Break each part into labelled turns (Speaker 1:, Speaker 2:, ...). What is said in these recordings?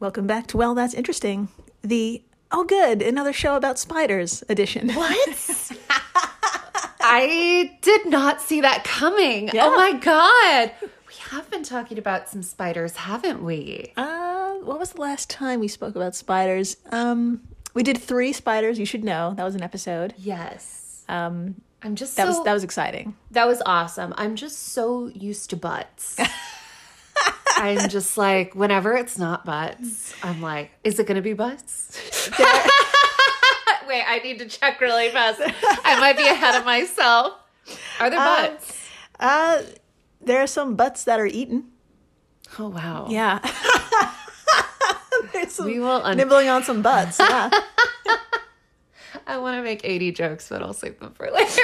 Speaker 1: Welcome back to Well, That's Interesting, the Oh, good, another show about spiders edition.
Speaker 2: What? I did not see that coming. Oh my god. We have been talking about some spiders, haven't we?
Speaker 1: Uh, what was the last time we spoke about spiders? Um, we did three spiders, you should know. That was an episode.
Speaker 2: Yes.
Speaker 1: Um,
Speaker 2: I'm just
Speaker 1: that
Speaker 2: so
Speaker 1: was that was exciting.
Speaker 2: That was awesome. I'm just so used to butts. I'm just like, whenever it's not butts, I'm like, is it going to be butts? Wait, I need to check really fast. I might be ahead of myself. Are
Speaker 1: Um,
Speaker 2: there butts?
Speaker 1: Uh, there are some butts that are eaten.
Speaker 2: oh, wow.
Speaker 1: Yeah. There's some
Speaker 2: We will un-
Speaker 1: nibbling on some butts. Yeah.
Speaker 2: I want to make 80 jokes, but I'll save them for later.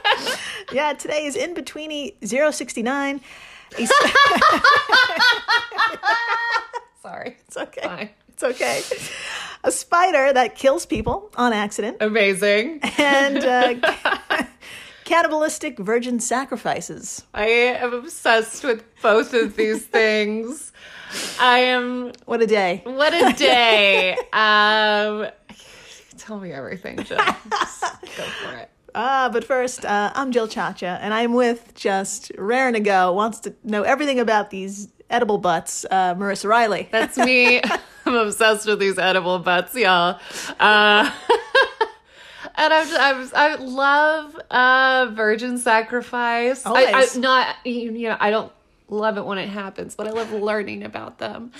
Speaker 1: yeah, today is in betweeny 069. It's
Speaker 2: Sorry. It's
Speaker 1: okay.
Speaker 2: fine.
Speaker 1: It's okay. A spider that kills people on accident
Speaker 2: Amazing.
Speaker 1: and uh, cannibalistic virgin sacrifices.
Speaker 2: I am obsessed with both of these things. I am
Speaker 1: What a day.
Speaker 2: What a day. um, tell me everything, Jill. Just go for it.
Speaker 1: Ah, but first, uh, I'm Jill Chacha, and I'm with just raring to go, wants to know everything about these edible butts, uh, Marissa Riley.
Speaker 2: That's me. I'm obsessed with these edible butts, y'all. Uh, and I'm, just, I'm I love uh, virgin sacrifice. I, I,
Speaker 1: Always.
Speaker 2: not you know I don't love it when it happens, but I love learning about them.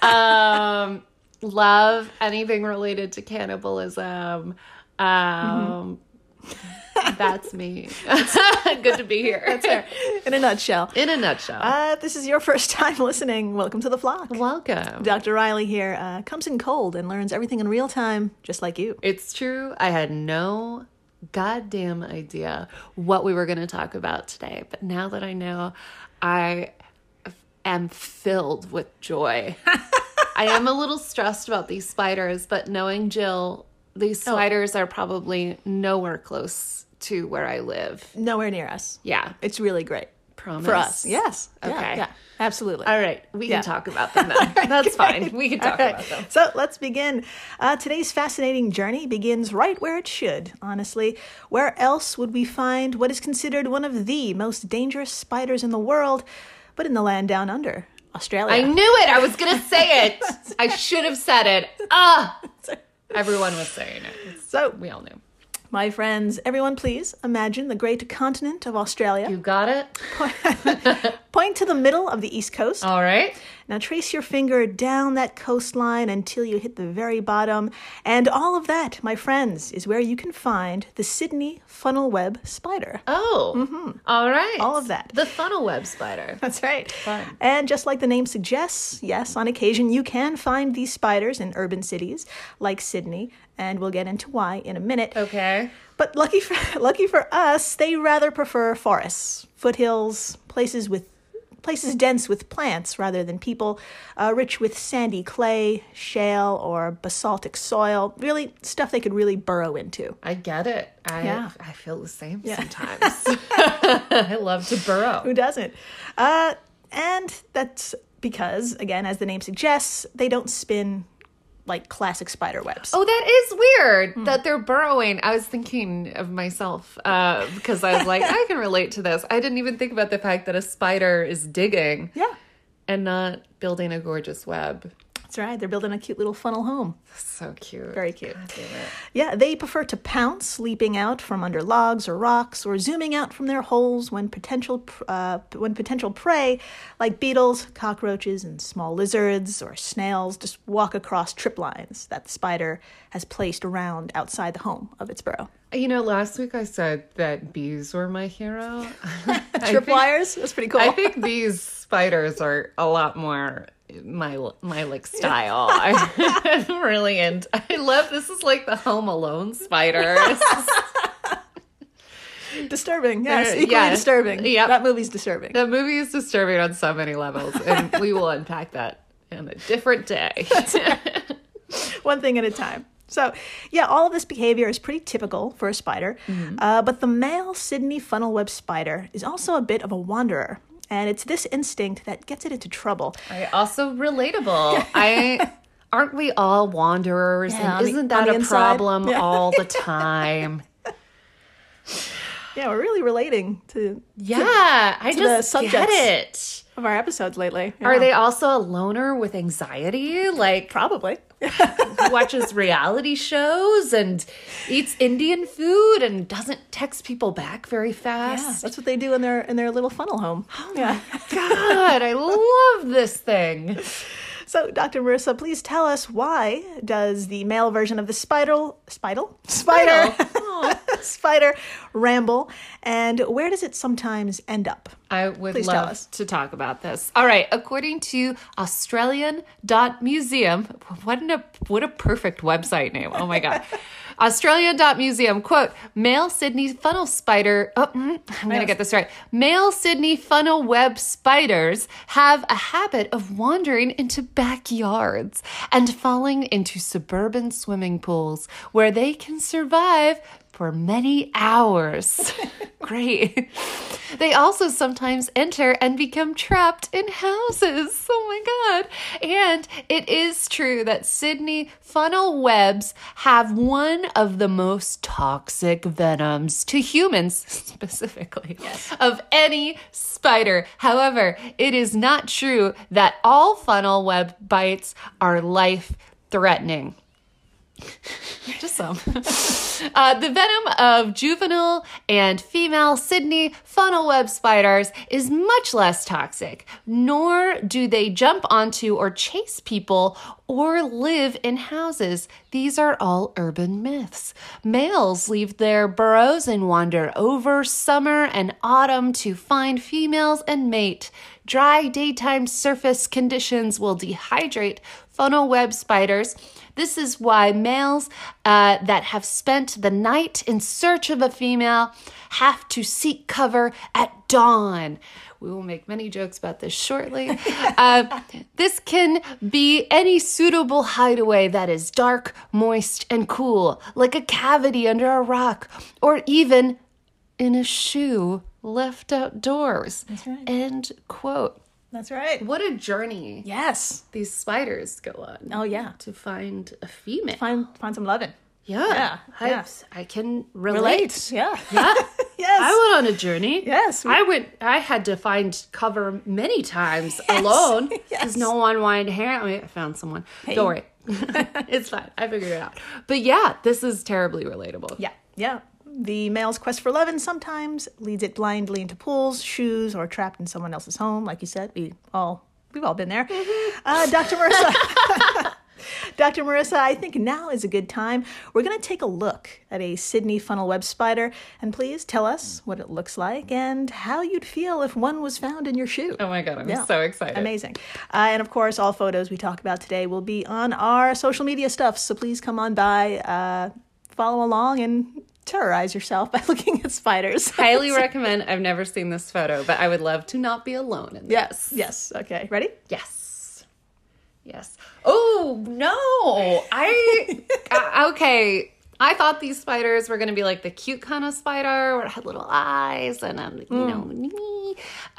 Speaker 2: um, love anything related to cannibalism. Um, That's me. Good to be here. That's her.
Speaker 1: In a nutshell.
Speaker 2: In a nutshell,
Speaker 1: Uh, if this is your first time listening, welcome to the flock.
Speaker 2: welcome.
Speaker 1: Dr. Riley here uh, comes in cold and learns everything in real time, just like you.
Speaker 2: It's true. I had no goddamn idea what we were going to talk about today. But now that I know, I am filled with joy. I am a little stressed about these spiders, but knowing Jill, these
Speaker 1: Oh.
Speaker 2: spiders are probably nowhere close to where I live.
Speaker 1: Nowhere near us.
Speaker 2: Yeah.
Speaker 1: It's really great
Speaker 2: Promise.
Speaker 1: for us. Yes. Yeah,
Speaker 2: Okay.
Speaker 1: Yeah, absolutely.
Speaker 2: All right. We
Speaker 1: Yeah.
Speaker 2: can talk about them then. That's fine. We can talk
Speaker 1: All
Speaker 2: about them.
Speaker 1: right. So let's begin. Uh, today's fascinating journey begins right where it should, honestly. Where else would we find what is considered one of the most dangerous spiders in the world, but in the land down under, Australia?
Speaker 2: I knew it. I was going to say it. I should have said it. Ah. Everyone was saying it. It's-
Speaker 1: so,
Speaker 2: we all knew.
Speaker 1: my friends, everyone, please imagine the great continent of Australia.
Speaker 2: You got it?
Speaker 1: Point to the middle of the East Coast.
Speaker 2: All right.
Speaker 1: Now trace your finger down that coastline until you hit the very bottom. And all of that, my friends, is where you can find the Sydney funnel web spider.
Speaker 2: Oh. All right.
Speaker 1: All of that.
Speaker 2: The funnel web spider.
Speaker 1: That's right.
Speaker 2: Fun.
Speaker 1: And just like the name suggests, yes, on occasion you can find these spiders in urban cities like Sydney, and we'll get into why in a minute.
Speaker 2: Oh. Okay.
Speaker 1: But lucky for, lucky for us, they rather prefer forests, foothills, places with places dense with plants rather than people, uh, rich with sandy clay, shale, or basaltic soil. Really, stuff they could really burrow into.
Speaker 2: I get it. I
Speaker 1: Yeah.
Speaker 2: I feel the same sometimes. I love to burrow.
Speaker 1: Who doesn't? Uh, and that's because, again, as the name suggests, they don't spin like classic spider webs.
Speaker 2: Oh, that is weird that they're burrowing. I was thinking of myself uh, because I was like, I can relate to this. I didn't even think about the fact that a spider is digging
Speaker 1: Yeah,
Speaker 2: and not building a gorgeous web.
Speaker 1: that's right. They're building a cute little funnel home.
Speaker 2: So cute.
Speaker 1: Very cute.
Speaker 2: God damn it.
Speaker 1: Yeah, they prefer to pounce, leaping out from under logs or rocks, or zooming out from their holes when potential pr- uh, when potential prey, like beetles, cockroaches, and small lizards or snails, just walk across trip lines that the spider has placed around outside the home of its burrow.
Speaker 2: You know, last week I said that bees were my hero. I
Speaker 1: Trip
Speaker 2: think-
Speaker 1: wires? That's pretty cool.
Speaker 2: I think these spiders are a lot more my my like style. I'm really into. I love this is like the Home Alone spider.
Speaker 1: disturbing. Yes,
Speaker 2: They're-
Speaker 1: equally
Speaker 2: Uh, yeah.
Speaker 1: disturbing. Yeah,
Speaker 2: Yep. Uh,
Speaker 1: That movie's disturbing.
Speaker 2: the movie is disturbing on so many levels, and we will unpack that on a different day.
Speaker 1: one thing at a time. So, yeah, all of this behavior is pretty typical for a
Speaker 2: Mm-hmm.
Speaker 1: spider. Uh, but the male Sydney funnel web spider is also a bit of a wanderer. And it's this instinct that gets it into trouble.
Speaker 2: I also relatable. I aren't we all wanderers?
Speaker 1: Yeah, on
Speaker 2: and
Speaker 1: the-
Speaker 2: isn't
Speaker 1: on
Speaker 2: that
Speaker 1: the
Speaker 2: a
Speaker 1: inside.
Speaker 2: problem
Speaker 1: Yeah.
Speaker 2: all the time?
Speaker 1: Yeah, we're really relating to
Speaker 2: yeah, I
Speaker 1: the
Speaker 2: just get
Speaker 1: subjects.
Speaker 2: it.
Speaker 1: of our episodes lately.
Speaker 2: Are
Speaker 1: Yeah.
Speaker 2: they also a loner with anxiety? Like
Speaker 1: probably?
Speaker 2: watches reality shows and eats Indian food and doesn't text people back very
Speaker 1: Yeah,
Speaker 2: fast.
Speaker 1: that's what they do in their in their little funnel home.
Speaker 2: Oh
Speaker 1: yeah.
Speaker 2: God, I love this thing.
Speaker 1: So, Dr. Marissa, please tell us why does the male version of the spider, spidal, spider, spider ramble, and where does it sometimes end up?
Speaker 2: I would
Speaker 1: Please tell us.
Speaker 2: love to talk about this. All right, according to Australian.museum, what an what a perfect website name. Oh my god. Australian.museum, quote, male Sydney funnel spider. Oh, mm, I'm going to get this right. Male Sydney funnel web spiders have a habit of wandering into backyards and falling into suburban swimming pools where they can survive for many hours. Great. They also sometimes enter and become trapped in houses. Oh my God. And it is true that Sydney funnel webs have one of the most toxic venoms to humans, specifically, of any spider. However, it is not true that all funnel web bites are life threatening just some. uh, the venom of juvenile and female Sydney funnel web spiders is much less toxic, nor do they jump onto or chase people or live in houses. These are all urban myths. Males leave their burrows and wander over summer and autumn to find females and mate. Dry daytime surface conditions will dehydrate funnel web spiders. This is why males uh, that have spent the night in search of a female have to seek cover at dawn. We will make many jokes about this shortly. Uh, this can be any suitable hideaway that is dark, moist, and cool, like a cavity under a rock, or even in a shoe left outdoors. End quote.
Speaker 1: That's right.
Speaker 2: What a journey
Speaker 1: Yes.
Speaker 2: these spiders go on
Speaker 1: Oh yeah.
Speaker 2: to find a female.
Speaker 1: Find find some loving.
Speaker 2: Yeah.
Speaker 1: Yeah,
Speaker 2: I,
Speaker 1: yeah.
Speaker 2: I can relate.
Speaker 1: Yeah.
Speaker 2: Yeah.
Speaker 1: yes.
Speaker 2: I went on a journey.
Speaker 1: Yes, we-
Speaker 2: I went I had to find cover many times alone because
Speaker 1: Yes.
Speaker 2: no one wanted to hang out with me. I found someone. Don't worry. it's fine. I figured it out. But yeah, this is terribly relatable.
Speaker 1: yeah. Yeah. The male's quest for loving sometimes leads it blindly into pools, shoes, or trapped in someone else's home. Like you said, we all we've all been there. Uh, Dr. Marissa. Dr. Marissa, I think now is a good time. We're going to take a look at a Sydney funnel web spider, and please tell us what it looks like and how you'd feel if one was found in your shoe.
Speaker 2: Oh my god, I'm
Speaker 1: Yeah.
Speaker 2: so excited.
Speaker 1: Amazing. Uh, and of course, all photos we talk about today will be on our social media stuff. So please come on by, uh, follow along, and terrorize yourself by looking at spiders.
Speaker 2: Highly recommend. I've never seen this photo, but I would love to not be alone in
Speaker 1: Yes.
Speaker 2: this.
Speaker 1: Yes. Okay. Ready?
Speaker 2: Yes. Yes. Oh no! I uh, okay. I thought these spiders were gonna be like the cute kind of spider, where it had little eyes and um, you know.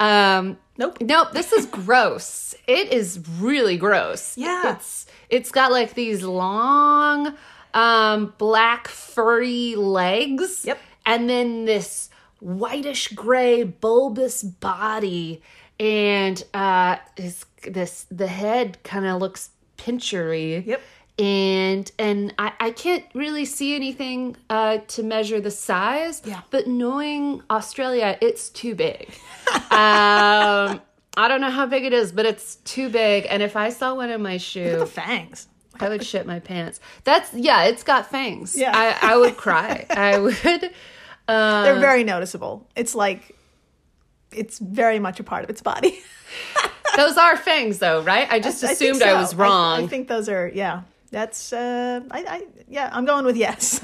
Speaker 2: Um,
Speaker 1: Mm. Nope.
Speaker 2: Nope. This is gross. it is really gross.
Speaker 1: Yeah.
Speaker 2: It's it's got like these long, um, black furry legs.
Speaker 1: Yep.
Speaker 2: And then this whitish gray bulbous body, and uh, is this the head kind of looks pinchery.
Speaker 1: Yep.
Speaker 2: And and I, I can't really see anything uh, to measure the size.
Speaker 1: Yeah.
Speaker 2: But knowing Australia, it's too big. um, I don't know how big it is, but it's too big. And if I saw one in my
Speaker 1: The
Speaker 2: shoe,
Speaker 1: fangs.
Speaker 2: I would shit my pants. That's yeah, it's got fangs.
Speaker 1: Yeah.
Speaker 2: I, I would cry. I would. Uh,
Speaker 1: They're very noticeable. It's like, it's very much a part of its body.
Speaker 2: those are fangs, though, right? I just
Speaker 1: I think
Speaker 2: assumed I
Speaker 1: so.
Speaker 2: was
Speaker 1: I,
Speaker 2: wrong.
Speaker 1: think those are yeah. That's uh, I, I yeah. I'm going with yes.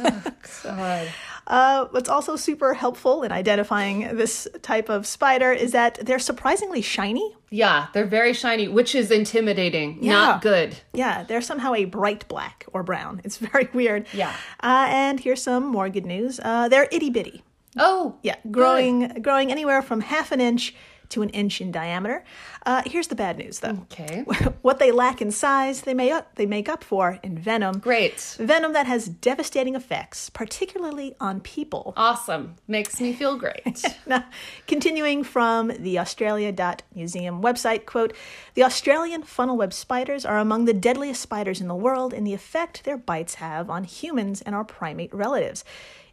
Speaker 1: Uh, what's also super helpful in identifying this type of spider is that they're surprisingly shiny.
Speaker 2: yeah, they're very shiny, which is intimidating.
Speaker 1: Yeah.
Speaker 2: Not good.
Speaker 1: Yeah, they're somehow a bright black or brown. It's very weird.
Speaker 2: Yeah.
Speaker 1: Uh, and here's some more good news. Uh, they're itty bitty.
Speaker 2: Oh
Speaker 1: Yeah, growing growing anywhere from half an inch to an inch in diameter. Uh, here's the bad news, though.
Speaker 2: Okay.
Speaker 1: What they lack in size, they, may up, they make up for in venom.
Speaker 2: Great.
Speaker 1: Venom that has devastating effects, particularly on people.
Speaker 2: Awesome. Makes me feel great.
Speaker 1: Now, continuing from the australia.museum website quote the australian funnel web spiders are among the deadliest spiders in the world in the effect their bites have on humans and our primate relatives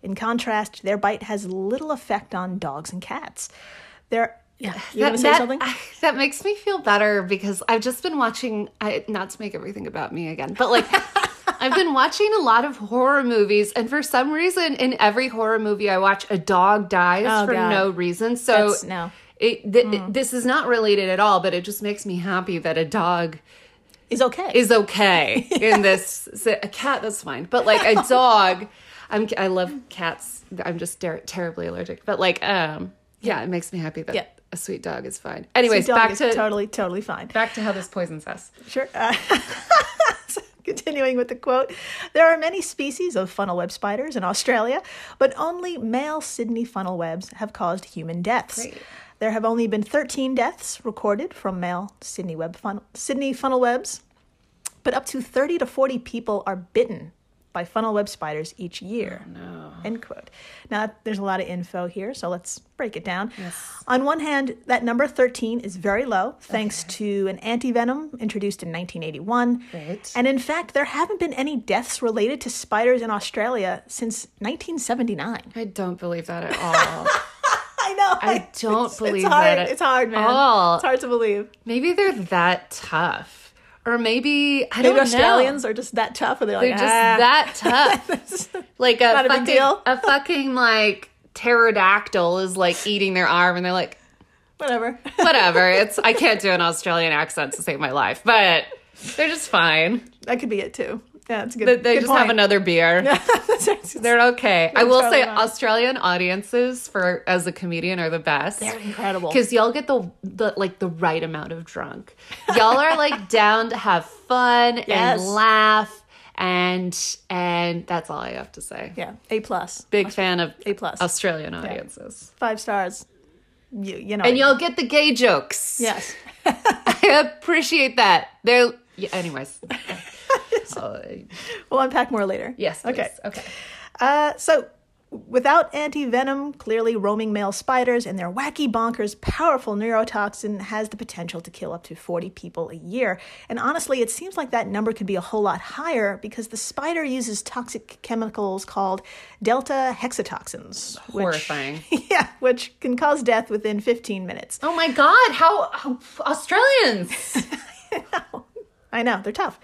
Speaker 1: in contrast their bite has little effect on dogs and cats they're yeah, you want to say something?
Speaker 2: that makes me feel better because I've just been watching. I, not to make everything about me again, but like I've been watching a lot of horror movies, and for some reason, in every horror movie I watch, a dog dies
Speaker 1: Oh,
Speaker 2: for
Speaker 1: God.
Speaker 2: no reason. So
Speaker 1: That's- no. Mm.
Speaker 2: It, th- This is not related at all, but it just makes me happy that a dog
Speaker 1: Is okay.
Speaker 2: is okay in this. si- A cat, that's fine, but like a dog, I'm I love cats. I'm just ter- terribly allergic, but like um yeah, it makes me happy that
Speaker 1: Yeah.
Speaker 2: a sweet dog is fine.
Speaker 1: The
Speaker 2: Anyways,
Speaker 1: dog
Speaker 2: back
Speaker 1: is
Speaker 2: to
Speaker 1: totally totally fine.
Speaker 2: back to how this poisons us.
Speaker 1: Sure. Uh, so continuing with the quote There are many species of funnel web spiders in Australia, but only male Sydney funnel webs have caused human deaths.
Speaker 2: Great.
Speaker 1: There have only been 13 deaths recorded from male Sydney, web funnel, Sydney funnel webs, but up to 30 to 40 people are bitten by funnel web spiders each year. End quote. Now, there's a lot of info here, so let's break it down. On one hand, that number 13 is very low, thanks to an antivenom introduced in 1981.
Speaker 2: Right.
Speaker 1: And in fact, there haven't been any deaths related to spiders in Australia since 1979.
Speaker 2: I don't believe that at all.
Speaker 1: I know.
Speaker 2: I don't
Speaker 1: it's
Speaker 2: believe
Speaker 1: hard.
Speaker 2: that at
Speaker 1: It's hard, man.
Speaker 2: all.
Speaker 1: It's hard to believe.
Speaker 2: Maybe they're that tough, or maybe I
Speaker 1: Maybe
Speaker 2: don't know.
Speaker 1: Australians are just that tough, or they're like,
Speaker 2: They're just
Speaker 1: "Ah."
Speaker 2: that tough. like a
Speaker 1: Not a big
Speaker 2: fucking
Speaker 1: deal.
Speaker 2: a fucking like pterodactyl is like eating their arm, and they're like,
Speaker 1: whatever.
Speaker 2: whatever. it's I can't do an Australian accent to save my life, but they're just fine.
Speaker 1: that could be it too. Yeah, it's a good.
Speaker 2: They, they
Speaker 1: good
Speaker 2: just
Speaker 1: point.
Speaker 2: have another beer. They're okay. I will
Speaker 1: totally
Speaker 2: say
Speaker 1: not.
Speaker 2: Australian audiences for as a comedian are the best.
Speaker 1: They're incredible.
Speaker 2: Because y'all get the, the like the right amount of drunk. Y'all are like down to have fun
Speaker 1: Yes.
Speaker 2: and laugh and and that's all I have to say.
Speaker 1: yeah, A plus,
Speaker 2: Big fan of
Speaker 1: A plus.
Speaker 2: Australian audiences.
Speaker 1: five stars. You, you know.
Speaker 2: And y'all get the gay jokes.
Speaker 1: yes.
Speaker 2: I appreciate that. They're yeah, anyways. Uh,
Speaker 1: We'll unpack more later.
Speaker 2: yes. please.
Speaker 1: Okay.
Speaker 2: Okay.
Speaker 1: Uh, so, without anti venom, clearly roaming male spiders and their wacky bonkers powerful neurotoxin has the potential to kill up to 40 people a year. And honestly, it seems like that number could be a whole lot higher because the spider uses toxic chemicals called delta hexatoxins. which-
Speaker 2: Horrifying.
Speaker 1: yeah, which can cause death within 15 minutes.
Speaker 2: Oh my God! How, how Australians?
Speaker 1: I know, they're tough.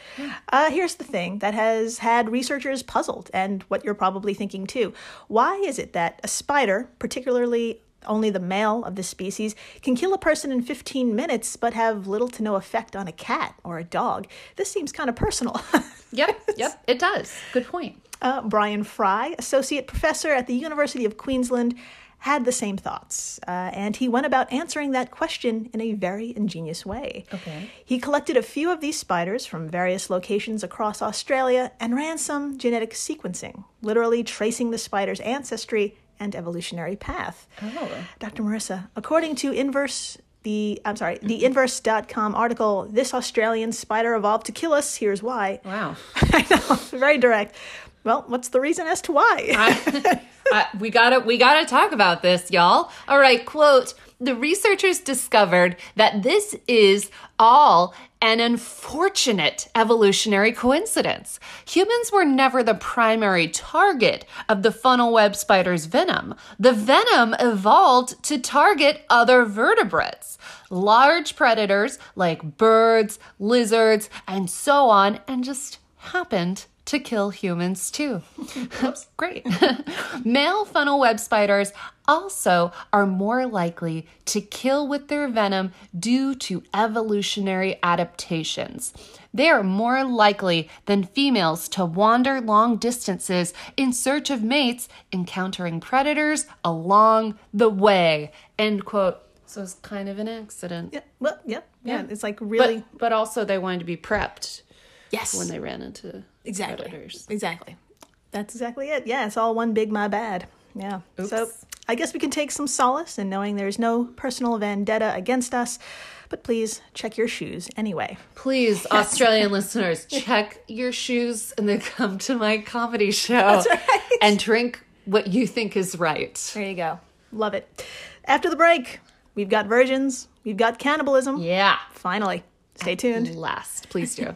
Speaker 1: Uh, here's the thing that has had researchers puzzled, and what you're probably thinking too. Why is it that a spider, particularly only the male of this species, can kill a person in 15 minutes but have little to no effect on a cat or a dog? This seems kind of personal.
Speaker 2: yep, yep. It does. Good point.
Speaker 1: Uh, Brian Fry, associate professor at the University of Queensland, had the same thoughts, uh, and he went about answering that question in a very ingenious way.
Speaker 2: Okay.
Speaker 1: He collected a few of these spiders from various locations across Australia and ran some genetic sequencing, literally tracing the spider's ancestry and evolutionary path.
Speaker 2: Oh.
Speaker 1: Dr. Marissa, according to Inverse, the I'm sorry, the Inverse.com article, this Australian spider evolved to kill us. Here's why.
Speaker 2: Wow.
Speaker 1: I know, very direct. Well, what's the reason as to why?
Speaker 2: Uh, we gotta we gotta talk about this, y'all. All right. Quote: The researchers discovered that this is all an unfortunate evolutionary coincidence. Humans were never the primary target of the funnel web spider's venom. The venom evolved to target other vertebrates. Large predators like birds, lizards, and so on, and just happened to kill humans too. Great. Male funnel web spiders also are more likely to kill with their venom due to evolutionary adaptations. They are more likely than females to wander long distances in search of mates, encountering predators along the way. End quote. So it's kind of an accident.
Speaker 1: Yeah, well, yep, yeah, It's like really
Speaker 2: But, but also they wanted to be prepped
Speaker 1: yes,
Speaker 2: when they ran into
Speaker 1: exactly,
Speaker 2: predators.
Speaker 1: exactly. That's exactly it. Yeah, it's all one big my bad. Yeah.
Speaker 2: Oops.
Speaker 1: So I guess we can take some solace in knowing there's no personal vendetta against us, but please check your shoes anyway.
Speaker 2: Please, Australian listeners, check your shoes and then come to my comedy show and drink what you think is right.
Speaker 1: There you go. Love it. After the break, we've got virgins, we've got cannibalism.
Speaker 2: Yeah.
Speaker 1: Finally. Stay tuned.
Speaker 2: Last, please do.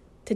Speaker 1: to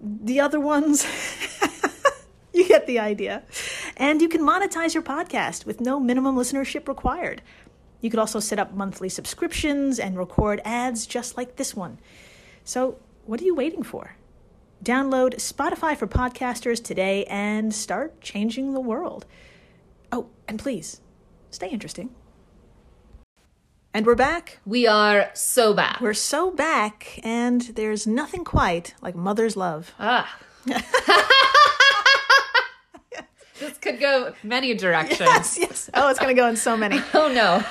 Speaker 1: the other ones. you get the idea. And you can monetize your podcast with no minimum listenership required. You could also set up monthly subscriptions and record ads just like this one. So, what are you waiting for? Download Spotify for podcasters today and start changing the world. Oh, and please stay interesting. And we're back.
Speaker 2: We are so back.
Speaker 1: We're so back, and there's nothing quite like mother's love.
Speaker 2: Ah. this could go many directions.
Speaker 1: yes. Oh, it's going to go in so many.
Speaker 2: Oh no.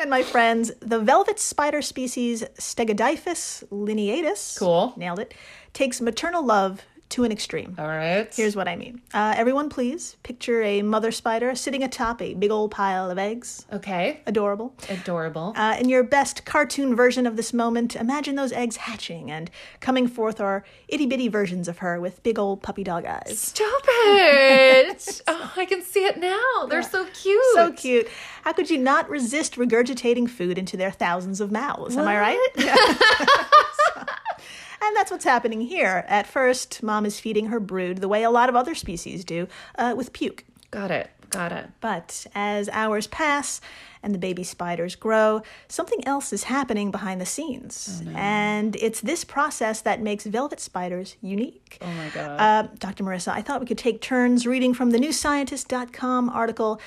Speaker 1: And my friends, the velvet spider species Stegodiphyus lineatus.
Speaker 2: Cool.
Speaker 1: Nailed it. Takes maternal love to an extreme.
Speaker 2: All right.
Speaker 1: Here's what I mean. Uh, everyone, please picture a mother spider sitting atop a big old pile of eggs.
Speaker 2: Oh. okay.
Speaker 1: Adorable.
Speaker 2: Adorable.
Speaker 1: Uh, in your best cartoon version of this moment, imagine those eggs hatching and coming forth are itty bitty versions of her with big old puppy dog eyes.
Speaker 2: Stop it. oh, I can see it now. They're so cute.
Speaker 1: So cute. How could you not resist regurgitating food into their thousands of mouths? Am I right? Yeah. and that's what's happening here. At first, mom is feeding her brood the way a lot of other species do, uh, with puke.
Speaker 2: Got it. Got it.
Speaker 1: But as hours pass and the baby spiders grow, something else is happening behind the scenes. And it's this process that makes velvet spiders unique. Oh my God. Uh, Dr. Marissa, I thought we could take turns reading from the newscientist.com article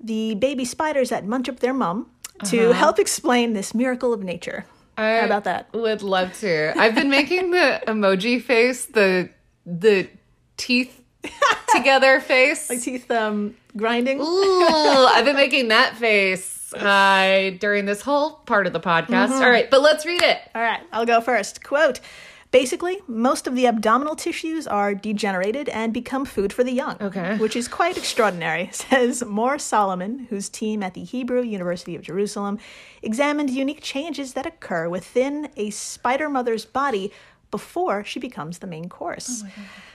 Speaker 1: The Baby Spiders That Munch Up Their Mum to help explain this miracle of nature. How about that?
Speaker 2: Would love to. I've been making the emoji face, the the teeth together face.
Speaker 1: Teeth um, grinding.
Speaker 2: Ooh, I've been making that face uh, during this whole part of the podcast. All right, but let's read it.
Speaker 1: All right, I'll go first. Quote Basically, most of the abdominal tissues are degenerated and become food for the young.
Speaker 2: Okay.
Speaker 1: Which is quite extraordinary, says Moore Solomon, whose team at the Hebrew University of Jerusalem examined unique changes that occur within a spider mother's body before she becomes the main course.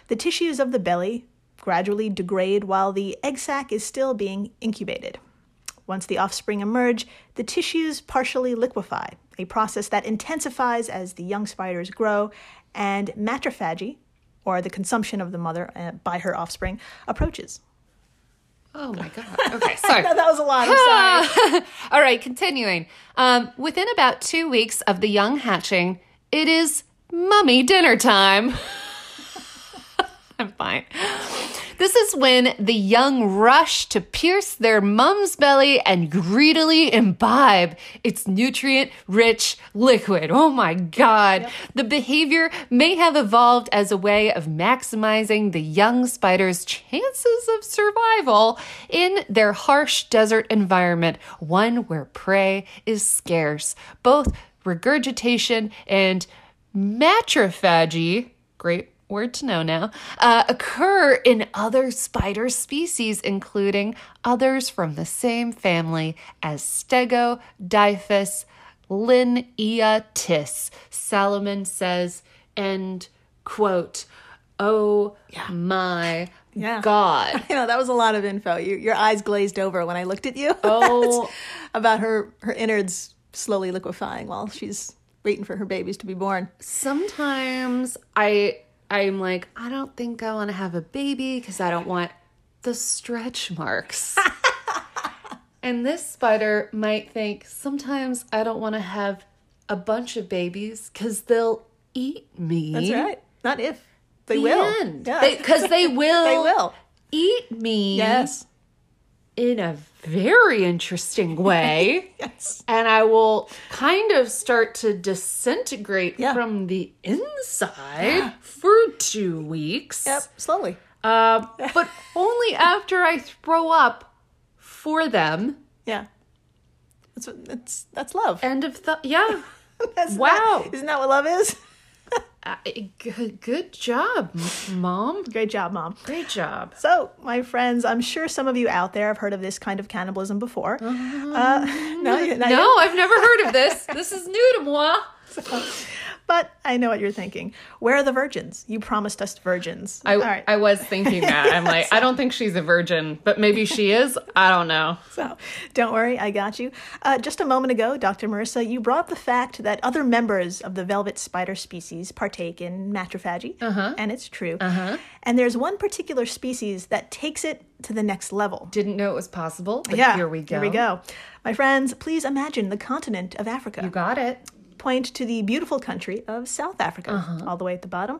Speaker 1: the tissues of the belly gradually degrade while the egg sac is still being incubated. Once the offspring emerge, the tissues partially liquefy, a process that intensifies as the young spiders grow, and matrophagy, or the consumption of the mother uh, by her offspring, approaches.
Speaker 2: Oh my god. Okay, sorry.
Speaker 1: That was a lot. I'm sorry.
Speaker 2: All right, continuing. Um, within about two weeks of the young hatching, it is mummy dinner time. I'm fine. This is when the young rush to pierce their mum's belly and greedily imbibe its nutrient rich liquid. Oh my God. The behavior may have evolved as a way of maximizing the young spider's chances of survival in their harsh desert environment, one where prey is scarce. Both regurgitation and matrophagy, great word to know now, uh, occur in other spider species, including others from the same family as Stegodyphus linneatis. Solomon says, end quote. Oh my
Speaker 1: Yeah.
Speaker 2: God.
Speaker 1: You know, that was a lot of info. You, your eyes glazed over when I looked at you.
Speaker 2: Oh.
Speaker 1: about her her innards slowly liquefying while she's waiting for her babies to be born.
Speaker 2: sometimes I I'm like I don't think I want to have a baby because I don't want the stretch marks. and this spider might think sometimes I don't want to have a bunch of babies because they'll eat me.
Speaker 1: That's right. Not if they
Speaker 2: The
Speaker 1: will.
Speaker 2: end.
Speaker 1: Yeah.
Speaker 2: Because they, will.
Speaker 1: they will.
Speaker 2: eat me.
Speaker 1: Yes.
Speaker 2: In a very interesting way.
Speaker 1: Yes.
Speaker 2: and I will kind of start to disintegrate
Speaker 1: Yeah.
Speaker 2: from the inside for two weeks,
Speaker 1: Yep. Slowly.
Speaker 2: uh, but only after I throw up for them.
Speaker 1: Yeah. That's what- that's that's love.
Speaker 2: End of the yeah.
Speaker 1: That's
Speaker 2: wow.
Speaker 1: Not, isn't that what love is?
Speaker 2: I- good, good job, m- mom.
Speaker 1: Great job, mom.
Speaker 2: Great job.
Speaker 1: So, my friends, I'm sure some of you out there have heard of this kind of cannibalism before. Uh, no, you, no, you-
Speaker 2: No, I've never heard of this. This is new to moi.
Speaker 1: but I know what you're thinking. Where are the virgins? You promised us virgins.
Speaker 2: I,
Speaker 1: All right.
Speaker 2: I was thinking that. I'm like, I don't think she's a virgin, but maybe she is. I don't know.
Speaker 1: So don't worry, I got you. Uh, just a moment ago, Dr. Marissa, you brought up the fact that other members of the velvet spider species partake in matrophagy,
Speaker 2: Uh-huh.
Speaker 1: and it's true. And there's one particular species that takes it to the next level.
Speaker 2: Didn't know it was possible, but
Speaker 1: yeah,
Speaker 2: here we go.
Speaker 1: Here we go. My friends, please imagine the continent of Africa
Speaker 2: You got it.
Speaker 1: point to the beautiful country of South Africa, all the way at the bottom.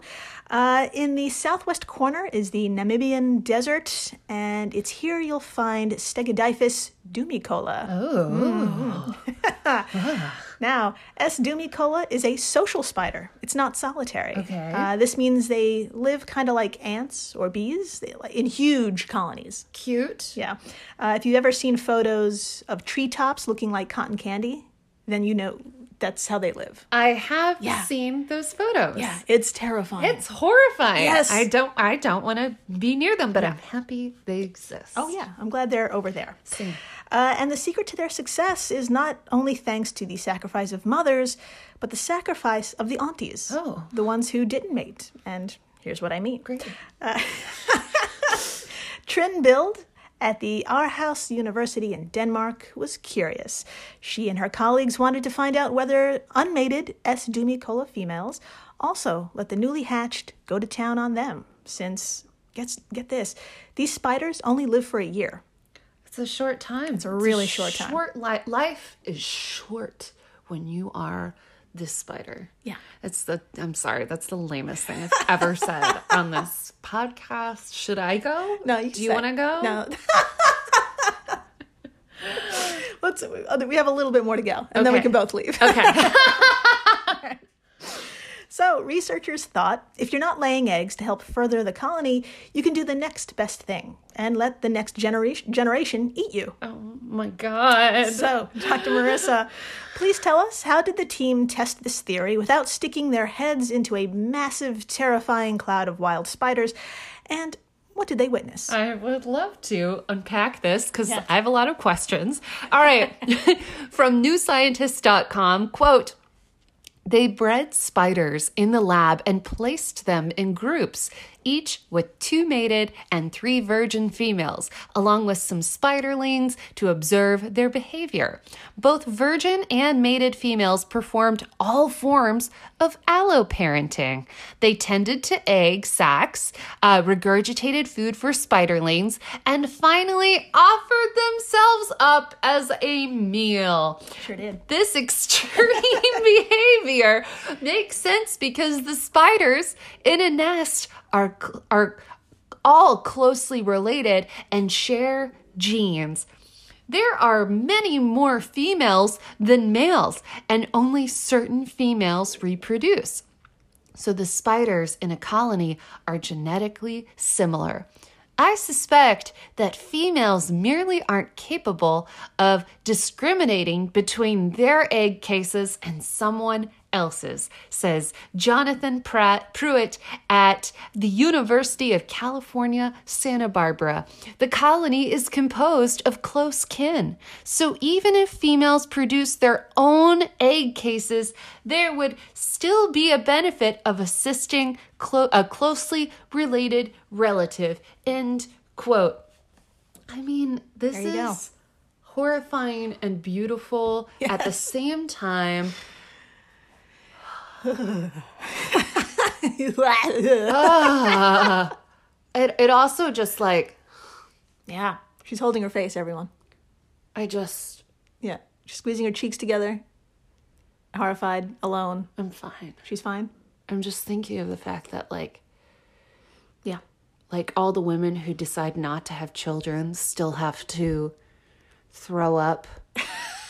Speaker 1: Uh, in the southwest corner is the Namibian desert, and it's here you'll find Stegodyphus dumicola. Oh. now, S. dumicola is a social spider. It's not solitary.
Speaker 2: Okay.
Speaker 1: Uh, this means they live kind of like ants or bees they, in huge colonies.
Speaker 2: Cute.
Speaker 1: Yeah. Uh, if you've ever seen photos of treetops looking like cotton candy, then you know that's how they live.
Speaker 2: I have
Speaker 1: Yeah.
Speaker 2: seen those photos.
Speaker 1: It's terrifying.
Speaker 2: It's horrifying.
Speaker 1: Yes.
Speaker 2: I don't I don't want to be near them, but I'm happy they exist.
Speaker 1: Oh, yeah. I'm glad they're over there. Uh, and the secret to their success is not only thanks to the sacrifice of mothers, but the sacrifice of the aunties.
Speaker 2: Oh.
Speaker 1: The ones who didn't mate. And here's what I mean. Great. Trin Bild at the Aarhus University in Denmark was curious. She and her colleagues wanted to find out whether unmated S. dumicola females also let the newly hatched go to town on them, since, gets, get this, these spiders only live for a year.
Speaker 2: It's a short time. It's a
Speaker 1: really short time.
Speaker 2: Short li- life is short when you are this spider.
Speaker 1: Yeah.
Speaker 2: It's the I'm sorry, that's the lamest thing I've ever said on this podcast. Should I go?
Speaker 1: No, you
Speaker 2: Do you
Speaker 1: say-
Speaker 2: want to go?
Speaker 1: No. Let's, uh, we have a little bit more to go, and then we
Speaker 2: Okay.
Speaker 1: can both leave.
Speaker 2: Okay.
Speaker 1: So, researchers thought if you're not laying eggs to help further the colony, you can do the next best thing and let the next generation generation eat you.
Speaker 2: oh my god.
Speaker 1: So, Dr. Marissa, please tell us how did the team test this theory without sticking their heads into a massive, terrifying cloud of wild spiders? And what did they witness?
Speaker 2: I would love to unpack this because I have a lot of questions. All right. From newscientist.com, quote, they bred spiders in the lab and placed them in groups, each with two mated and three virgin females, along with some spiderlings to observe their behavior. Both virgin and mated females performed all forms of alloparenting. They tended to egg sacs, uh, regurgitated food for spiderlings, and finally offered themselves up as a meal. Sure did. This extreme behavior makes sense because the spiders in a nest are are all closely related and share genes. There are many more females than males, and only certain females reproduce. So the spiders in a colony are genetically similar. I suspect that females merely aren't capable of discriminating between their egg cases and someone else's, says Jonathan Pratt Pruitt at the University of California, Santa Barbara. The colony is composed of close kin. So even if females produce their own egg cases, there would still be a benefit of assisting clo- a closely related relative. End quote. I mean, this
Speaker 1: you
Speaker 2: is
Speaker 1: go.
Speaker 2: horrifying and beautiful at the same time. Uh, It, it also just like,
Speaker 1: yeah. She's holding her face, everyone.
Speaker 2: I just,
Speaker 1: Yeah. She's squeezing her cheeks together, horrified, alone.
Speaker 2: I'm fine.
Speaker 1: She's fine.
Speaker 2: I'm just thinking of the fact that like
Speaker 1: Yeah.
Speaker 2: like all the women who decide not to have children still have to throw up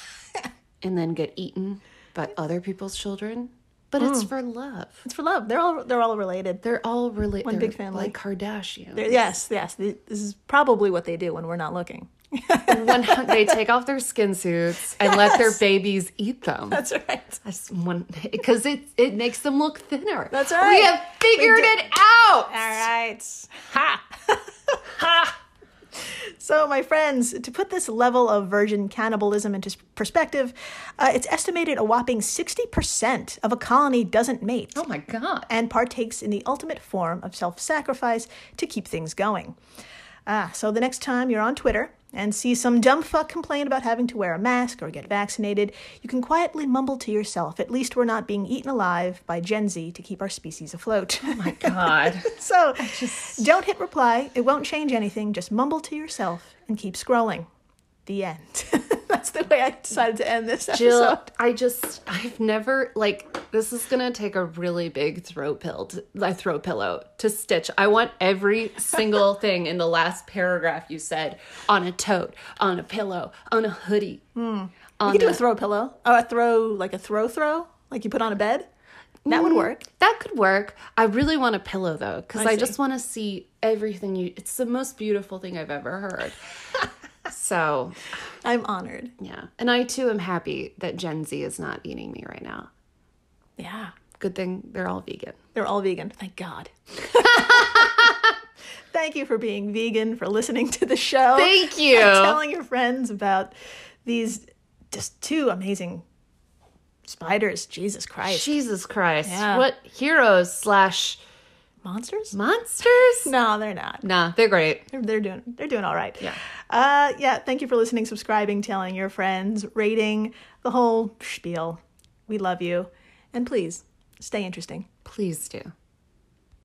Speaker 2: and then get eaten by other people's children. But it's
Speaker 1: Mm.
Speaker 2: for love.
Speaker 1: It's for love. They're all they're all related.
Speaker 2: They're all related.
Speaker 1: One big family.
Speaker 2: like Kardashian.
Speaker 1: They're- yes, yes. th- This is probably what they do when we're not looking.
Speaker 2: When they take off their skin suits and let their babies eat them.
Speaker 1: That's right.
Speaker 2: That's one because it it makes them look thinner.
Speaker 1: That's
Speaker 2: We
Speaker 1: right.
Speaker 2: have
Speaker 1: We
Speaker 2: figured
Speaker 1: did-
Speaker 2: it out.
Speaker 1: All right. Ha! ha! So, my friends, to put this level of virgin cannibalism into s- perspective, uh, it's estimated a whopping 60% of a colony doesn't mate
Speaker 2: Oh my god.
Speaker 1: and partakes in the ultimate form of self sacrifice to keep things going. Ah, so the next time you're on Twitter and see some dumb fuck complain about having to wear a mask or get vaccinated, you can quietly mumble to yourself, at least we're not being eaten alive by Gen Z to keep our species afloat.
Speaker 2: God.
Speaker 1: So don't hit reply. It won't change anything. Just mumble to yourself and keep scrolling. The end. That's the way I decided to end this episode.
Speaker 2: Jill, I just I've never like this is gonna take a really big throat pill to, a throat pillow to stitch. I want every single thing in the last paragraph you said on a tote, on a pillow, on a hoodie.
Speaker 1: you could do a throw pillow. Oh, a throw, like a throw throw, like you put on a bed. That
Speaker 2: Mm.
Speaker 1: would work.
Speaker 2: That could work. I really want a pillow though, because I,
Speaker 1: I see.
Speaker 2: just want to see everything you. It's the most beautiful thing I've ever heard. so
Speaker 1: I'm honored.
Speaker 2: yeah, and I too am happy that Gen Z is not eating me right now.
Speaker 1: Yeah.
Speaker 2: Good thing they're all vegan.
Speaker 1: They're all vegan. Thank God. Thank you for being vegan, for listening to the show.
Speaker 2: Thank you.
Speaker 1: telling your friends about these just two amazing spiders. Jesus Christ.
Speaker 2: Jesus Christ.
Speaker 1: Yeah.
Speaker 2: What heroes slash
Speaker 1: Monsters?
Speaker 2: monsters?
Speaker 1: No, they're not.
Speaker 2: Nah, they're great.
Speaker 1: They're, they're doing they're doing all right.
Speaker 2: Yeah.
Speaker 1: Uh, yeah. Thank you for listening, subscribing, telling your friends, rating the whole spiel. We love you, and please stay interesting.
Speaker 2: Please do.